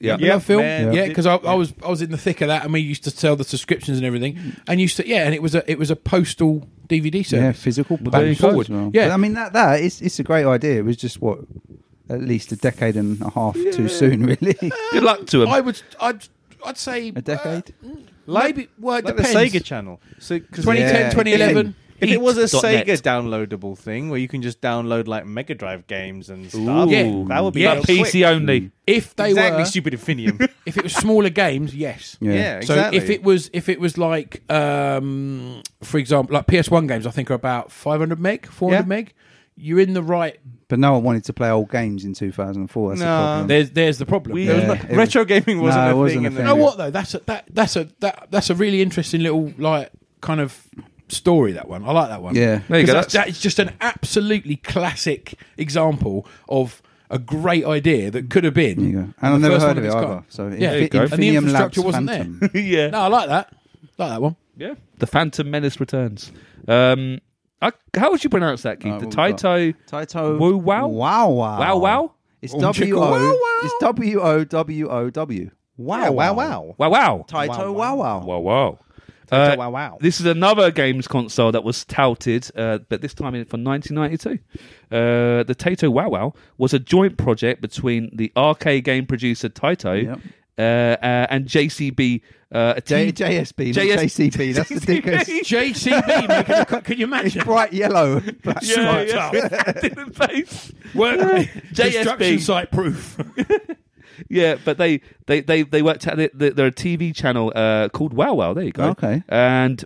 S3: Yeah.
S5: Yeah, Phil.
S7: man.
S5: Yeah, because I, I was I was in the thick of that, and we used to sell the subscriptions and everything. And used to yeah, and it was a it was a postal DVD
S6: yeah,
S5: service.
S6: physical
S5: there
S6: back
S5: you
S6: and
S5: go.
S6: forward. Well.
S5: Yeah.
S6: But, I mean that that it's it's a great idea. It was just what at least a decade and a half too soon, really.
S3: Good luck to him.
S5: I would I'd I'd say uh,
S6: a decade.
S5: maybe well, it
S7: like
S5: depends.
S7: the Sega Channel. So 'cause-
S5: 2010,
S6: Yeah.
S5: 2011.
S7: If it was a
S3: Heat.net.
S7: Sega downloadable thing where you can just download like Mega Drive games and stuff,
S5: Yeah.
S7: that would be
S5: Yeah,
S7: real
S3: but
S7: quick.
S3: PC only.
S5: If they
S7: exactly
S5: were,
S7: stupid Infinium.
S5: if it was smaller games, yes.
S7: yeah,
S5: So
S7: exactly.
S5: if it was if it was like um, for example like PS1 games I think are about 500 meg 400
S7: Yeah.
S5: meg you're in the right
S6: But no one wanted to play old games in 2004. That's the
S7: No.
S6: problem.
S5: there's there's the problem
S7: We-
S5: There was
S6: Yeah,
S5: no-
S6: it was-
S7: retro gaming wasn't
S6: No,
S7: a
S6: it
S7: thing.
S6: wasn't a
S7: in the-
S6: thing.
S5: you know what though that's a that, that's a that, that's a really interesting little like kind of story that one I like that one
S6: Yeah.
S3: There you
S5: 'Cause
S3: go,
S5: that's,
S3: that's-
S5: that's just an absolutely classic example of a great idea that could have been
S6: There you go. And I've
S5: the
S6: never
S5: first
S6: heard
S5: one
S6: of it
S5: that's
S6: either.
S5: gone.
S6: So
S5: yeah
S6: Infi-
S3: go. And the
S5: and the
S6: Infinium Labs
S5: infrastructure wasn't
S6: Phantom.
S5: there
S3: yeah.
S5: no I like that like that one
S3: Yeah. The Phantom Menace returns. Um, I, how would you pronounce that, Keith?
S6: Uh,
S3: the
S6: what we've
S3: Taito.
S6: Taito.
S3: Woo wow?
S6: Wow wow.
S3: Wow wow?
S6: It's
S5: Um,
S6: W
S5: chicka- Wow,
S6: O.
S5: wow.
S6: It's W O W O W.
S7: Yeah,
S6: Wow
S7: wow, wow.
S3: Wow wow.
S6: Taito wow wow.
S3: Wow wow. Uh,
S7: Taito wow wow.
S3: This is another games console that was touted, uh, but this time in for 1992. Uh, the Taito Wow Wow was a joint project between the arcade game producer Taito
S6: Yep.
S3: uh, uh, and JCB. Uh, a
S6: J-
S3: team-
S6: JSB, not
S3: JS
S6: JCB. That's the dickest.
S5: JCB making a, could you imagine
S6: Bright yellow.
S3: yeah, yeah. In the face.
S5: Work
S3: JSB.
S5: construction site proof.
S3: Yeah, but they they they they worked at it. they- They're a TV channel uh, called Wow Wow. There you go.
S6: Okay.
S3: and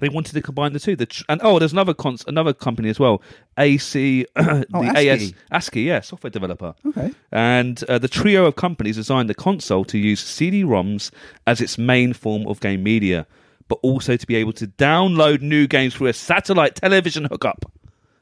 S3: they wanted to combine the two. The tr- and oh, there's another cons- another company as well. AC the
S6: Oh, ASCII.
S3: AS ASCII, yeah, software developer.
S6: Okay.
S3: And uh, the trio of companies designed the console to use CD-ROMs as its main form of game media, but also to be able to download new games through a satellite television hookup.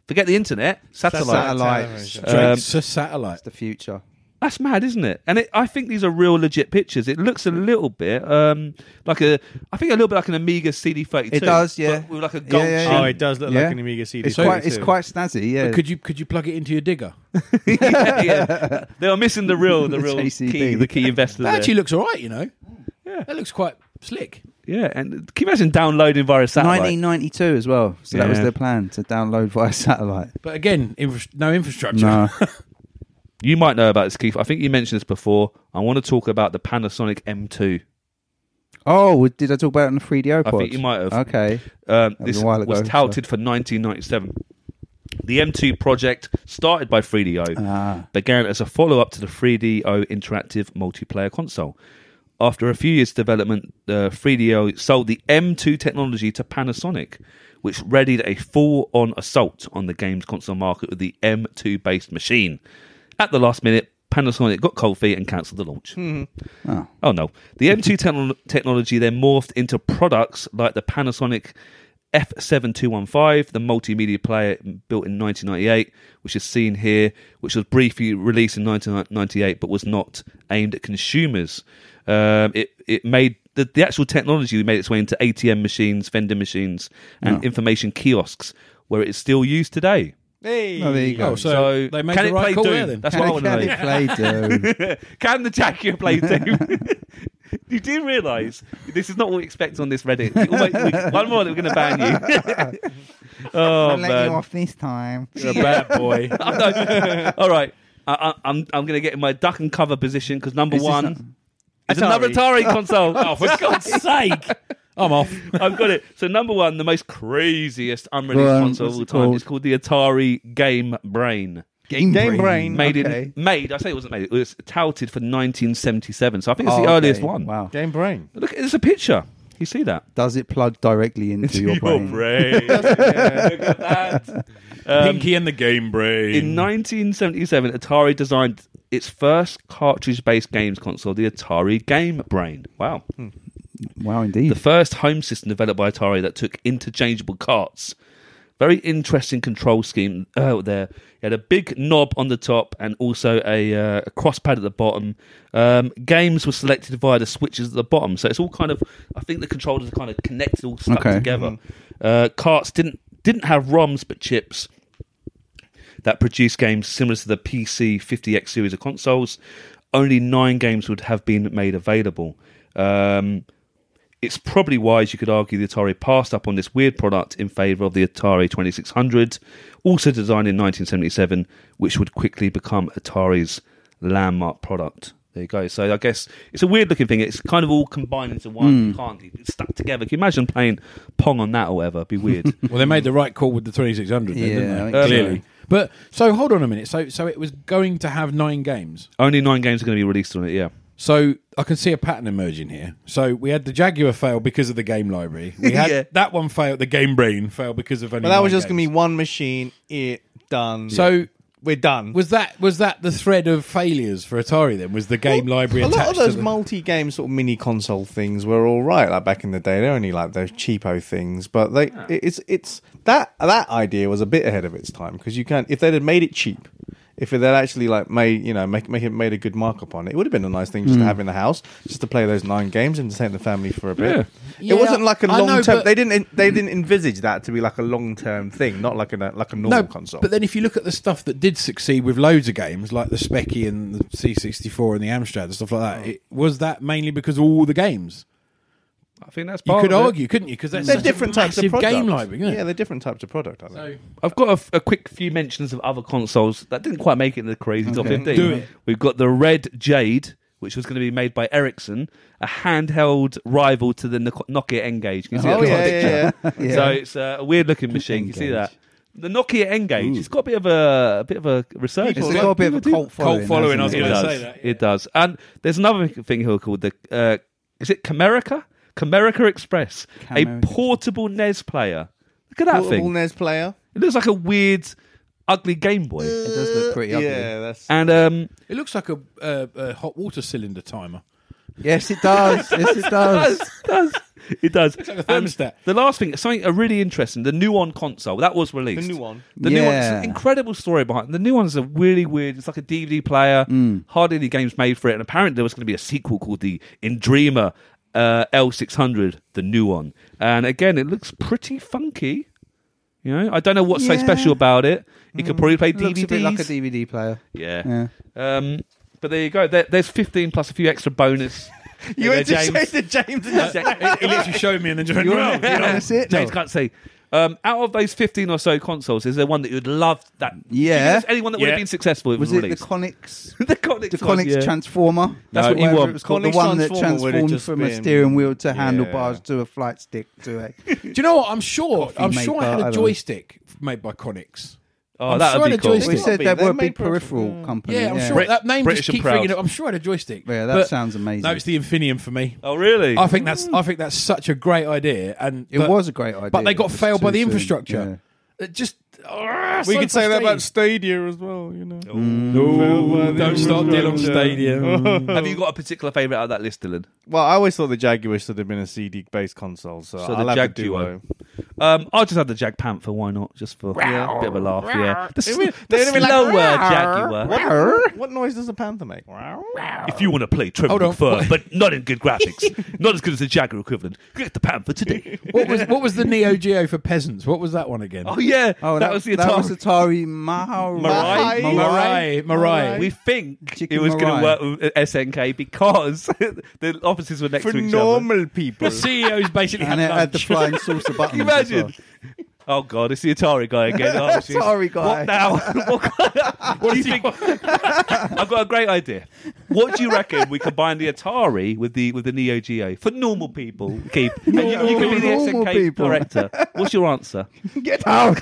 S3: Forget the internet, satellite.
S6: Satellites.
S5: Drake's a satellite.
S6: Um, The future.
S3: That's mad, isn't it? And it, I think these are real legit pictures. It looks a little bit um, like a, I think a little bit like an Amiga CD32.
S6: It does, yeah.
S3: but with like a
S6: Yeah,
S3: gold
S6: yeah,
S3: sheet.
S6: yeah.
S7: Oh, it does look
S6: Yeah.
S7: like an Amiga CD.
S6: It's quite, it's
S7: 32.
S6: quite snazzy, yeah.
S5: Could you could you plug it into your digger?
S3: yeah, yeah. They are missing the real, the real
S6: JCB.
S3: key, the key investor.
S5: That
S3: there.
S5: actually looks all right, you know.
S3: Yeah.
S5: That looks quite slick.
S3: yeah. And can you imagine downloading via a satellite?
S6: 1992 as well. So that was
S3: Yeah.
S6: their plan to download via satellite.
S5: But again, infra- no infrastructure.
S6: No,
S3: You might know about this, Keith. I think you mentioned this before. I want to talk about the Panasonic M2.
S6: Oh, did I talk about it on the 3DO
S3: I
S6: pod?
S3: think you might have.
S6: Okay.
S3: Um,
S6: was
S3: this
S6: a while
S3: was
S6: ago,
S3: touted for 1997. The M2 project, started by 3DO,
S6: Ah.
S3: began as a follow up to the 3DO interactive multiplayer console. After a few years' development, uh, 3DO sold the M2 technology to Panasonic, which readied a full on assault on the games console market with the M2 based machine. At the last minute, Panasonic got cold feet and cancelled the launch. Oh no. The M2 techno- technology then morphed into products like the Panasonic F7215, the multimedia player built in 1998, which is seen here, which was briefly released in 1998 but was not aimed at consumers. Um, it, it made the, the actual technology made its way into ATM machines, vending machines, and information kiosks, where it is still used today.
S7: Hey.
S6: Oh, there you go.
S5: Oh, so,
S3: So,
S5: they made
S3: can
S5: the
S3: it
S5: right
S3: play
S5: call
S3: Doom?
S5: there then.
S3: That's
S6: Can
S3: what I
S6: it-
S3: want to know.
S6: can it play, dude?
S3: Can the Jaguar play Doom? you do realise this is not what we expect on this Reddit. We always- we- one more, that we're going to ban you. oh man,
S6: this time.
S5: You're a bad boy.
S3: I'm not- all right. I, I, I'm I'm going to get in my duck and cover position because number
S6: Is this
S3: one
S6: not-
S3: is another Atari console. oh, for God's sake!
S5: I'm off.
S3: I've got it. So number one, the most craziest unreleased
S6: Go on,
S3: console of
S6: what's
S3: all
S6: it
S3: time
S6: called?
S3: is called the Atari Game Brain.
S6: Game,
S7: Game Brain.
S3: Made
S6: Okay.
S3: in made. I say it wasn't made. It was touted for 1977. So I think it's
S6: Oh,
S3: the
S6: okay.
S3: earliest one.
S6: Wow.
S7: Game Brain.
S3: Look, there's a picture. You see that?
S6: Does it plug directly into your brain?
S5: Pinky and the Game Brain.
S3: In 1977, Atari designed its first cartridge-based games console, the Atari Game Brain. Wow.
S6: Wow, indeed.
S3: The first home system developed by Atari that took interchangeable carts. Very interesting control scheme uh, there. It had a big knob on the top and also a, uh, a cross pad at the bottom. Um, games were selected via the switches at the bottom. So it's all kind of, I think the controllers are kind of connected, all stuck
S6: Okay. Mm-hmm.
S3: together. Uh, carts didn't, didn't have ROMs but chips that produced games similar to the PC 50X series of consoles. only nine games would have been made available. Um, it's probably wise you could argue the Atari passed up on this weird product in favour of the Atari 2600, also designed in 1977, which would quickly become Atari's landmark product. There you go. So I guess it's a weird looking thing. It's kind of all combined into
S5: Hmm.
S3: one. You can't it's stuck together. Can you imagine playing Pong on that or whatever? It'd be weird.
S5: Well, they made the right call with the 2600, then,
S6: Yeah, I
S5: didn't
S6: think
S5: they?
S6: so.
S5: Clearly. But so hold on a minute. So so it was going to have nine games.
S3: only nine games are going to be released on it. Yeah.
S5: So I can see a pattern emerging here. So we had the Jaguar fail because of the game library. We had
S3: Yeah.
S5: that one fail. The Game Brain fail because of only.
S7: But that
S5: nine
S7: was just going to be
S5: games.
S7: one machine. It done.
S5: So
S7: we're done.
S5: was that was that the thread of failures for Atari? Then was the game library
S7: a
S5: attached
S7: lot of those
S5: to the-
S7: multi-game sort of mini console things were all right like back in the day they're only like those cheapo things but they it's it's that that idea was a bit ahead of its time because you can if they'd have made it cheap if they'd actually like made you know make, make it made a good markup on it it would have been a nice thing just to have in the house just to play those nine games and entertain the family for a bit
S5: Yeah.
S7: it wasn't like a
S5: I know,
S7: long term
S5: but-
S7: they didn't they didn't envisage that to be like a long term thing not like a like a
S5: no
S7: normal console
S5: But then if you look at the stuff that did succeed with loads of games like the Specky and the C64 and the Amstrad and stuff like that, it, was that mainly because of all the games?
S3: I think that's
S5: You
S3: part
S5: could
S3: of it.
S5: argue, couldn't you? Because that's
S7: they're
S5: such a
S7: different types of
S5: massive
S7: product.
S5: game library. Isn't it?
S7: yeah, they're different types of product. I think.
S3: I've got a f- a, quick few mentions of other consoles that didn't quite make it in the crazy top 15.
S5: Do it.
S3: We've got the Red Jade, which was going to be made by Ericsson, a handheld rival to the Nok- Nokia N-Gage. Can you see
S7: oh
S3: that
S7: yeah,
S3: picture?
S7: yeah, yeah.
S6: Yeah.
S3: So it's uh, a weird looking machine. You see that? The Nokia N-Gage. It's got a bit of a, a bit of a resurgence.
S6: It's got a bit of a cult following.
S5: following, I was
S6: hasn't
S3: It
S5: gonna
S6: it?
S3: does.
S5: say that, yeah.
S3: It does. And there's another thing here called the uh, is it Comerica? Comerica Express, a
S6: Camerica.
S3: portable NES player. Look at that
S7: Portable
S3: thing.
S7: NES player.
S3: It looks like a weird, ugly Game Boy.
S6: It does look pretty ugly.
S7: Yeah, that's
S3: And um,
S5: It looks like a, uh, a hot water cylinder timer.
S6: Yes, it does. Yes, it does.
S3: does it does
S5: like a
S3: And
S5: thermostat.
S3: the last thing, something uh, really interesting, the new on console that was released.
S7: The new one.
S3: the new one's
S6: Yeah.
S3: an incredible story behind. The new one's a really weird. It's like a DVD player. Hardly any games made for it, and apparently there was going to be a sequel called the Indreamer uh, L600, the new one. And again, it looks pretty funky. You know, I don't know what's so
S6: Yeah.
S3: special about it. You could probably play DVDs.
S6: Looks a bit like a DVD player.
S3: yeah.
S6: Yeah.
S3: Um, but there you go. There, there's 15 plus a few extra bonus.
S7: You
S3: went
S7: went
S3: to
S7: to
S3: James. Uh,
S7: James. the James and
S5: It, literally showed me and then just went,
S6: wanna-
S5: "Well,
S6: you wanna see it?
S3: James
S6: No.
S3: can't see. Um, out of those 15 or so consoles, is there one that you'd love that?
S6: Yeah.
S3: Is there anyone that would
S5: Yeah.
S3: have been successful if
S6: Was
S3: it
S6: it
S3: was
S6: the
S3: released?
S6: Conics?
S3: The, Conics,
S6: The
S3: one,
S6: Conics
S3: yeah.
S6: Transformer.
S3: That's
S6: No,
S3: what you
S6: whatever
S3: want.
S6: It was called
S7: Conics
S6: the one that
S7: Transformer would have
S6: transformed
S7: just
S6: from a
S7: been-
S6: steering wheel to
S7: Yeah.
S6: handlebars to a flight stick to a.
S5: Do you know what? I'm sure. I'm
S6: made
S5: sure I
S6: by- I
S5: had a
S6: don't know.
S5: joystick made by Conics.
S3: Oh,
S5: I'm
S3: that
S5: sorry
S3: would be
S5: to
S3: cool.
S5: joystick.
S6: we
S5: gotta
S6: said
S7: be.
S6: they
S7: They
S6: were a
S7: made
S6: big
S7: peripheral-
S6: peripheral company.
S5: Yeah, I'm sure that name
S3: British
S5: just
S3: and
S5: keeps
S3: proud.
S5: ringing up. I'm sure I had a joystick.
S6: Yeah, that
S5: But-
S6: sounds amazing.
S5: No, it's the Infinium for me.
S3: Oh, really?
S5: I think that's I think that's such a great idea, and
S6: It was a great idea.
S5: But they got
S6: It was
S5: failed by
S6: too
S5: the
S6: soon,
S5: infrastructure. It Uh, just ah,
S7: We
S5: so
S7: could say that about
S5: frustrating.
S7: Stadia as well, you know.
S5: No, don't start dealing on Stadium.
S3: have you got a particular favourite out of that list, Dylan?
S7: Well, I always thought the Jaguar should have been a CD based console, so,
S3: So
S7: I'll
S3: the
S7: have
S3: Jag
S7: to
S3: Duo.
S7: do
S3: Um, I'll just have the Jag Panther. Why not? Just for a bit of a laugh. Yeah, the, sl- the
S7: they'd be like,
S3: slower
S7: "Rawr."
S3: Jaguar.
S7: one. What noise does a panther make?
S3: If you want to play Trevor
S5: Hold on.
S3: McFur, but not in good graphics, not as good as the Jaguar equivalent, get the Panther today.
S5: what was what was the Neo Geo for peasants? What was that one again?
S3: oh yeah,
S6: Oh,
S3: that, was the
S6: that
S3: Atari.
S6: was Atari Marai.
S3: Marai.
S5: Marai, Marai.
S3: We think
S6: Chicken
S3: it was going
S6: Mariah.
S3: to work with uh, SNK because the offices were next
S7: For
S3: to each
S7: normal people.
S5: The
S3: E
S5: CEO's basically had
S6: And it had the
S5: lunch.
S6: flying saucer
S3: other. Can
S6: button.
S3: you imagine? Oh god, it's the Atari guy again. Oh, jeez.
S6: Atari guy.
S3: What now? what, do you think? I've got a great idea. What do you reckon we combine the Atari with the with the Neo Geo for normal people? Keep and you, you can be the
S6: Normal
S3: SNK
S6: people.
S3: director. What's your answer?
S6: Get out!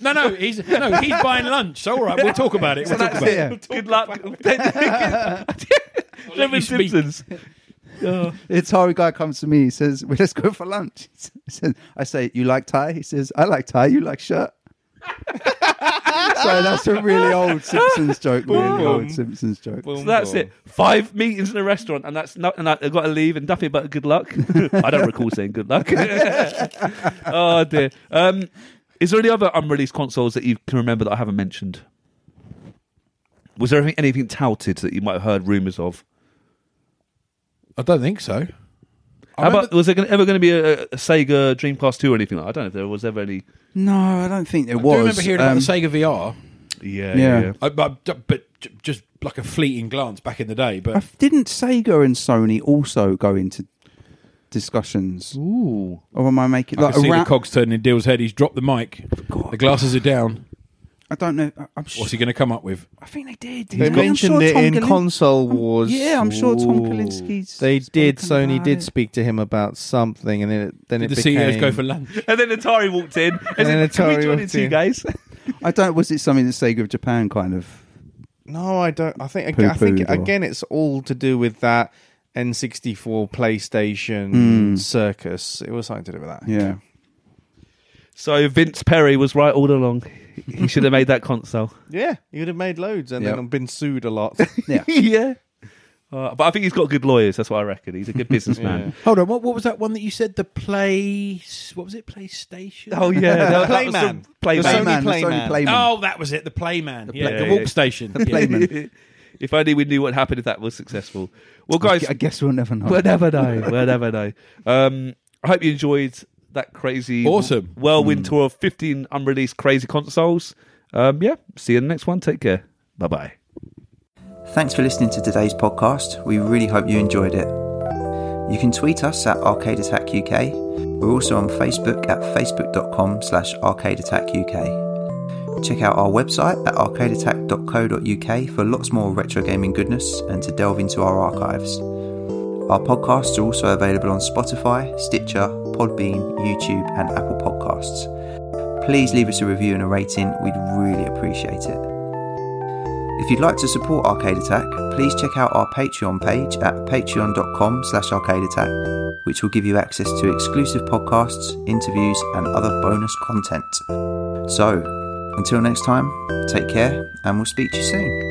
S5: No, no, he's no, he's buying lunch. So all right, we'll talk about it. We'll talk
S3: That's
S5: about it.
S6: Yeah.
S3: it. Good luck. Lemon
S5: speak.
S3: Simpsons.
S6: The Atari guy comes to me. He says, well, "Let's go for lunch." He says- I say, "You like tie?" He says, "I like tie. You like shirt." so that's a really old Simpsons joke. Really old Simpsons joke.
S3: So that's it. Five meetings in a restaurant, and that's not, and I- I've got to leave, and nothing but good luck. I don't recall saying good luck. oh dear. Um, is there any other unreleased consoles that you can remember that I haven't mentioned? Was there anything, anything touted that you might have heard rumours of?
S5: I don't think so. I
S3: How about
S5: remember-
S3: was there gonna, ever going to be a, a Sega Dreamcast two or anything like? that? I don't know if there was ever any.
S6: No, I don't think there
S5: I
S6: was.
S5: do remember hearing about
S6: Um,
S5: the Sega VR,
S3: Yeah,
S6: Yeah.
S5: I- but, but j- just like a fleeting glance back in the day. But
S6: Didn't Sega and Sony also go into discussions?
S3: Ooh.
S6: Or am I making
S5: I
S6: like
S5: can see the
S6: around,
S5: cogs turning in Dill's head. He's dropped the mic. The glasses are down.
S6: I don't know. I- I'm sure.
S5: What's he going to come up with?
S6: I think they did.
S7: They
S6: Yeah, I'm
S7: mentioned
S6: sure
S7: it
S6: Tom
S7: in
S6: Kalin-
S7: Console
S6: I'm-
S7: Wars.
S6: Yeah, I'm sure Tom
S3: Ooh.
S6: Kalinski's.
S7: They did.
S6: spoken
S7: Sony
S6: about
S7: did
S6: it.
S7: speak to him about something, and then it, then
S5: Did
S7: it
S5: the
S6: E
S7: became.
S5: CEOs go for lunch?
S3: And then Atari walked in. And
S7: then
S3: then Atari
S7: Atari
S3: we join in
S7: walked
S3: too,
S7: in.
S3: guys?
S6: I don't. Was it something that Sega of Japan kind of?
S7: No, I don't. I think I think
S6: Poo-pooed or-
S7: again, it's all to do with that N64 PlayStation circus. It was something to do with that.
S6: Hmm. Yeah.
S3: so Vince Perry was right all along. He should have made that console.
S7: yeah, you would have made loads, and
S6: Yep.
S7: then been sued a lot.
S6: Yeah.
S3: yeah. Uh, but I think he's got good lawyers. That's what I reckon. He's a good businessman.
S5: Hold on. What, what was that one that you said? The play. What was it? PlayStation.
S3: Oh yeah, that- that was the
S7: Playman.
S3: Playman.
S7: The Sony
S6: Playman, the Sony
S7: Playman.
S6: Playman.
S5: Oh, that was it. The Playman. The,
S3: Play-
S5: yeah, the
S3: yeah,
S5: walk
S3: yeah.
S5: station.
S6: The Playman.
S3: if only we knew what happened if that was successful. Well, guys,
S6: I guess we'll never know.
S3: we'll never know. We'll never know. Um, I hope you enjoyed that crazy,
S5: Awesome.
S3: whirlwind tour of 15 unreleased crazy consoles. Um, yeah, see you in the next one. Take care. Bye bye.
S8: Thanks for listening to today's podcast. We really hope you enjoyed it. You can tweet us at Arcade Attack UK. We're also on Facebook at facebook.com slash Arcade Attack UK. Check out our website at arcadeattack.co.uk for lots more retro gaming goodness and to delve into our archives. Our podcasts are also available on Spotify, Stitcher, Podbean, YouTube, and Apple Podcasts. Please leave us a review and a rating, we'd really appreciate it. If you'd like to support Arcade Attack, please check out our Patreon page at patreon.com slash arcadeattack, which will give you access to exclusive podcasts, interviews, and other bonus content. So, until next time, take care, and we'll speak to you soon.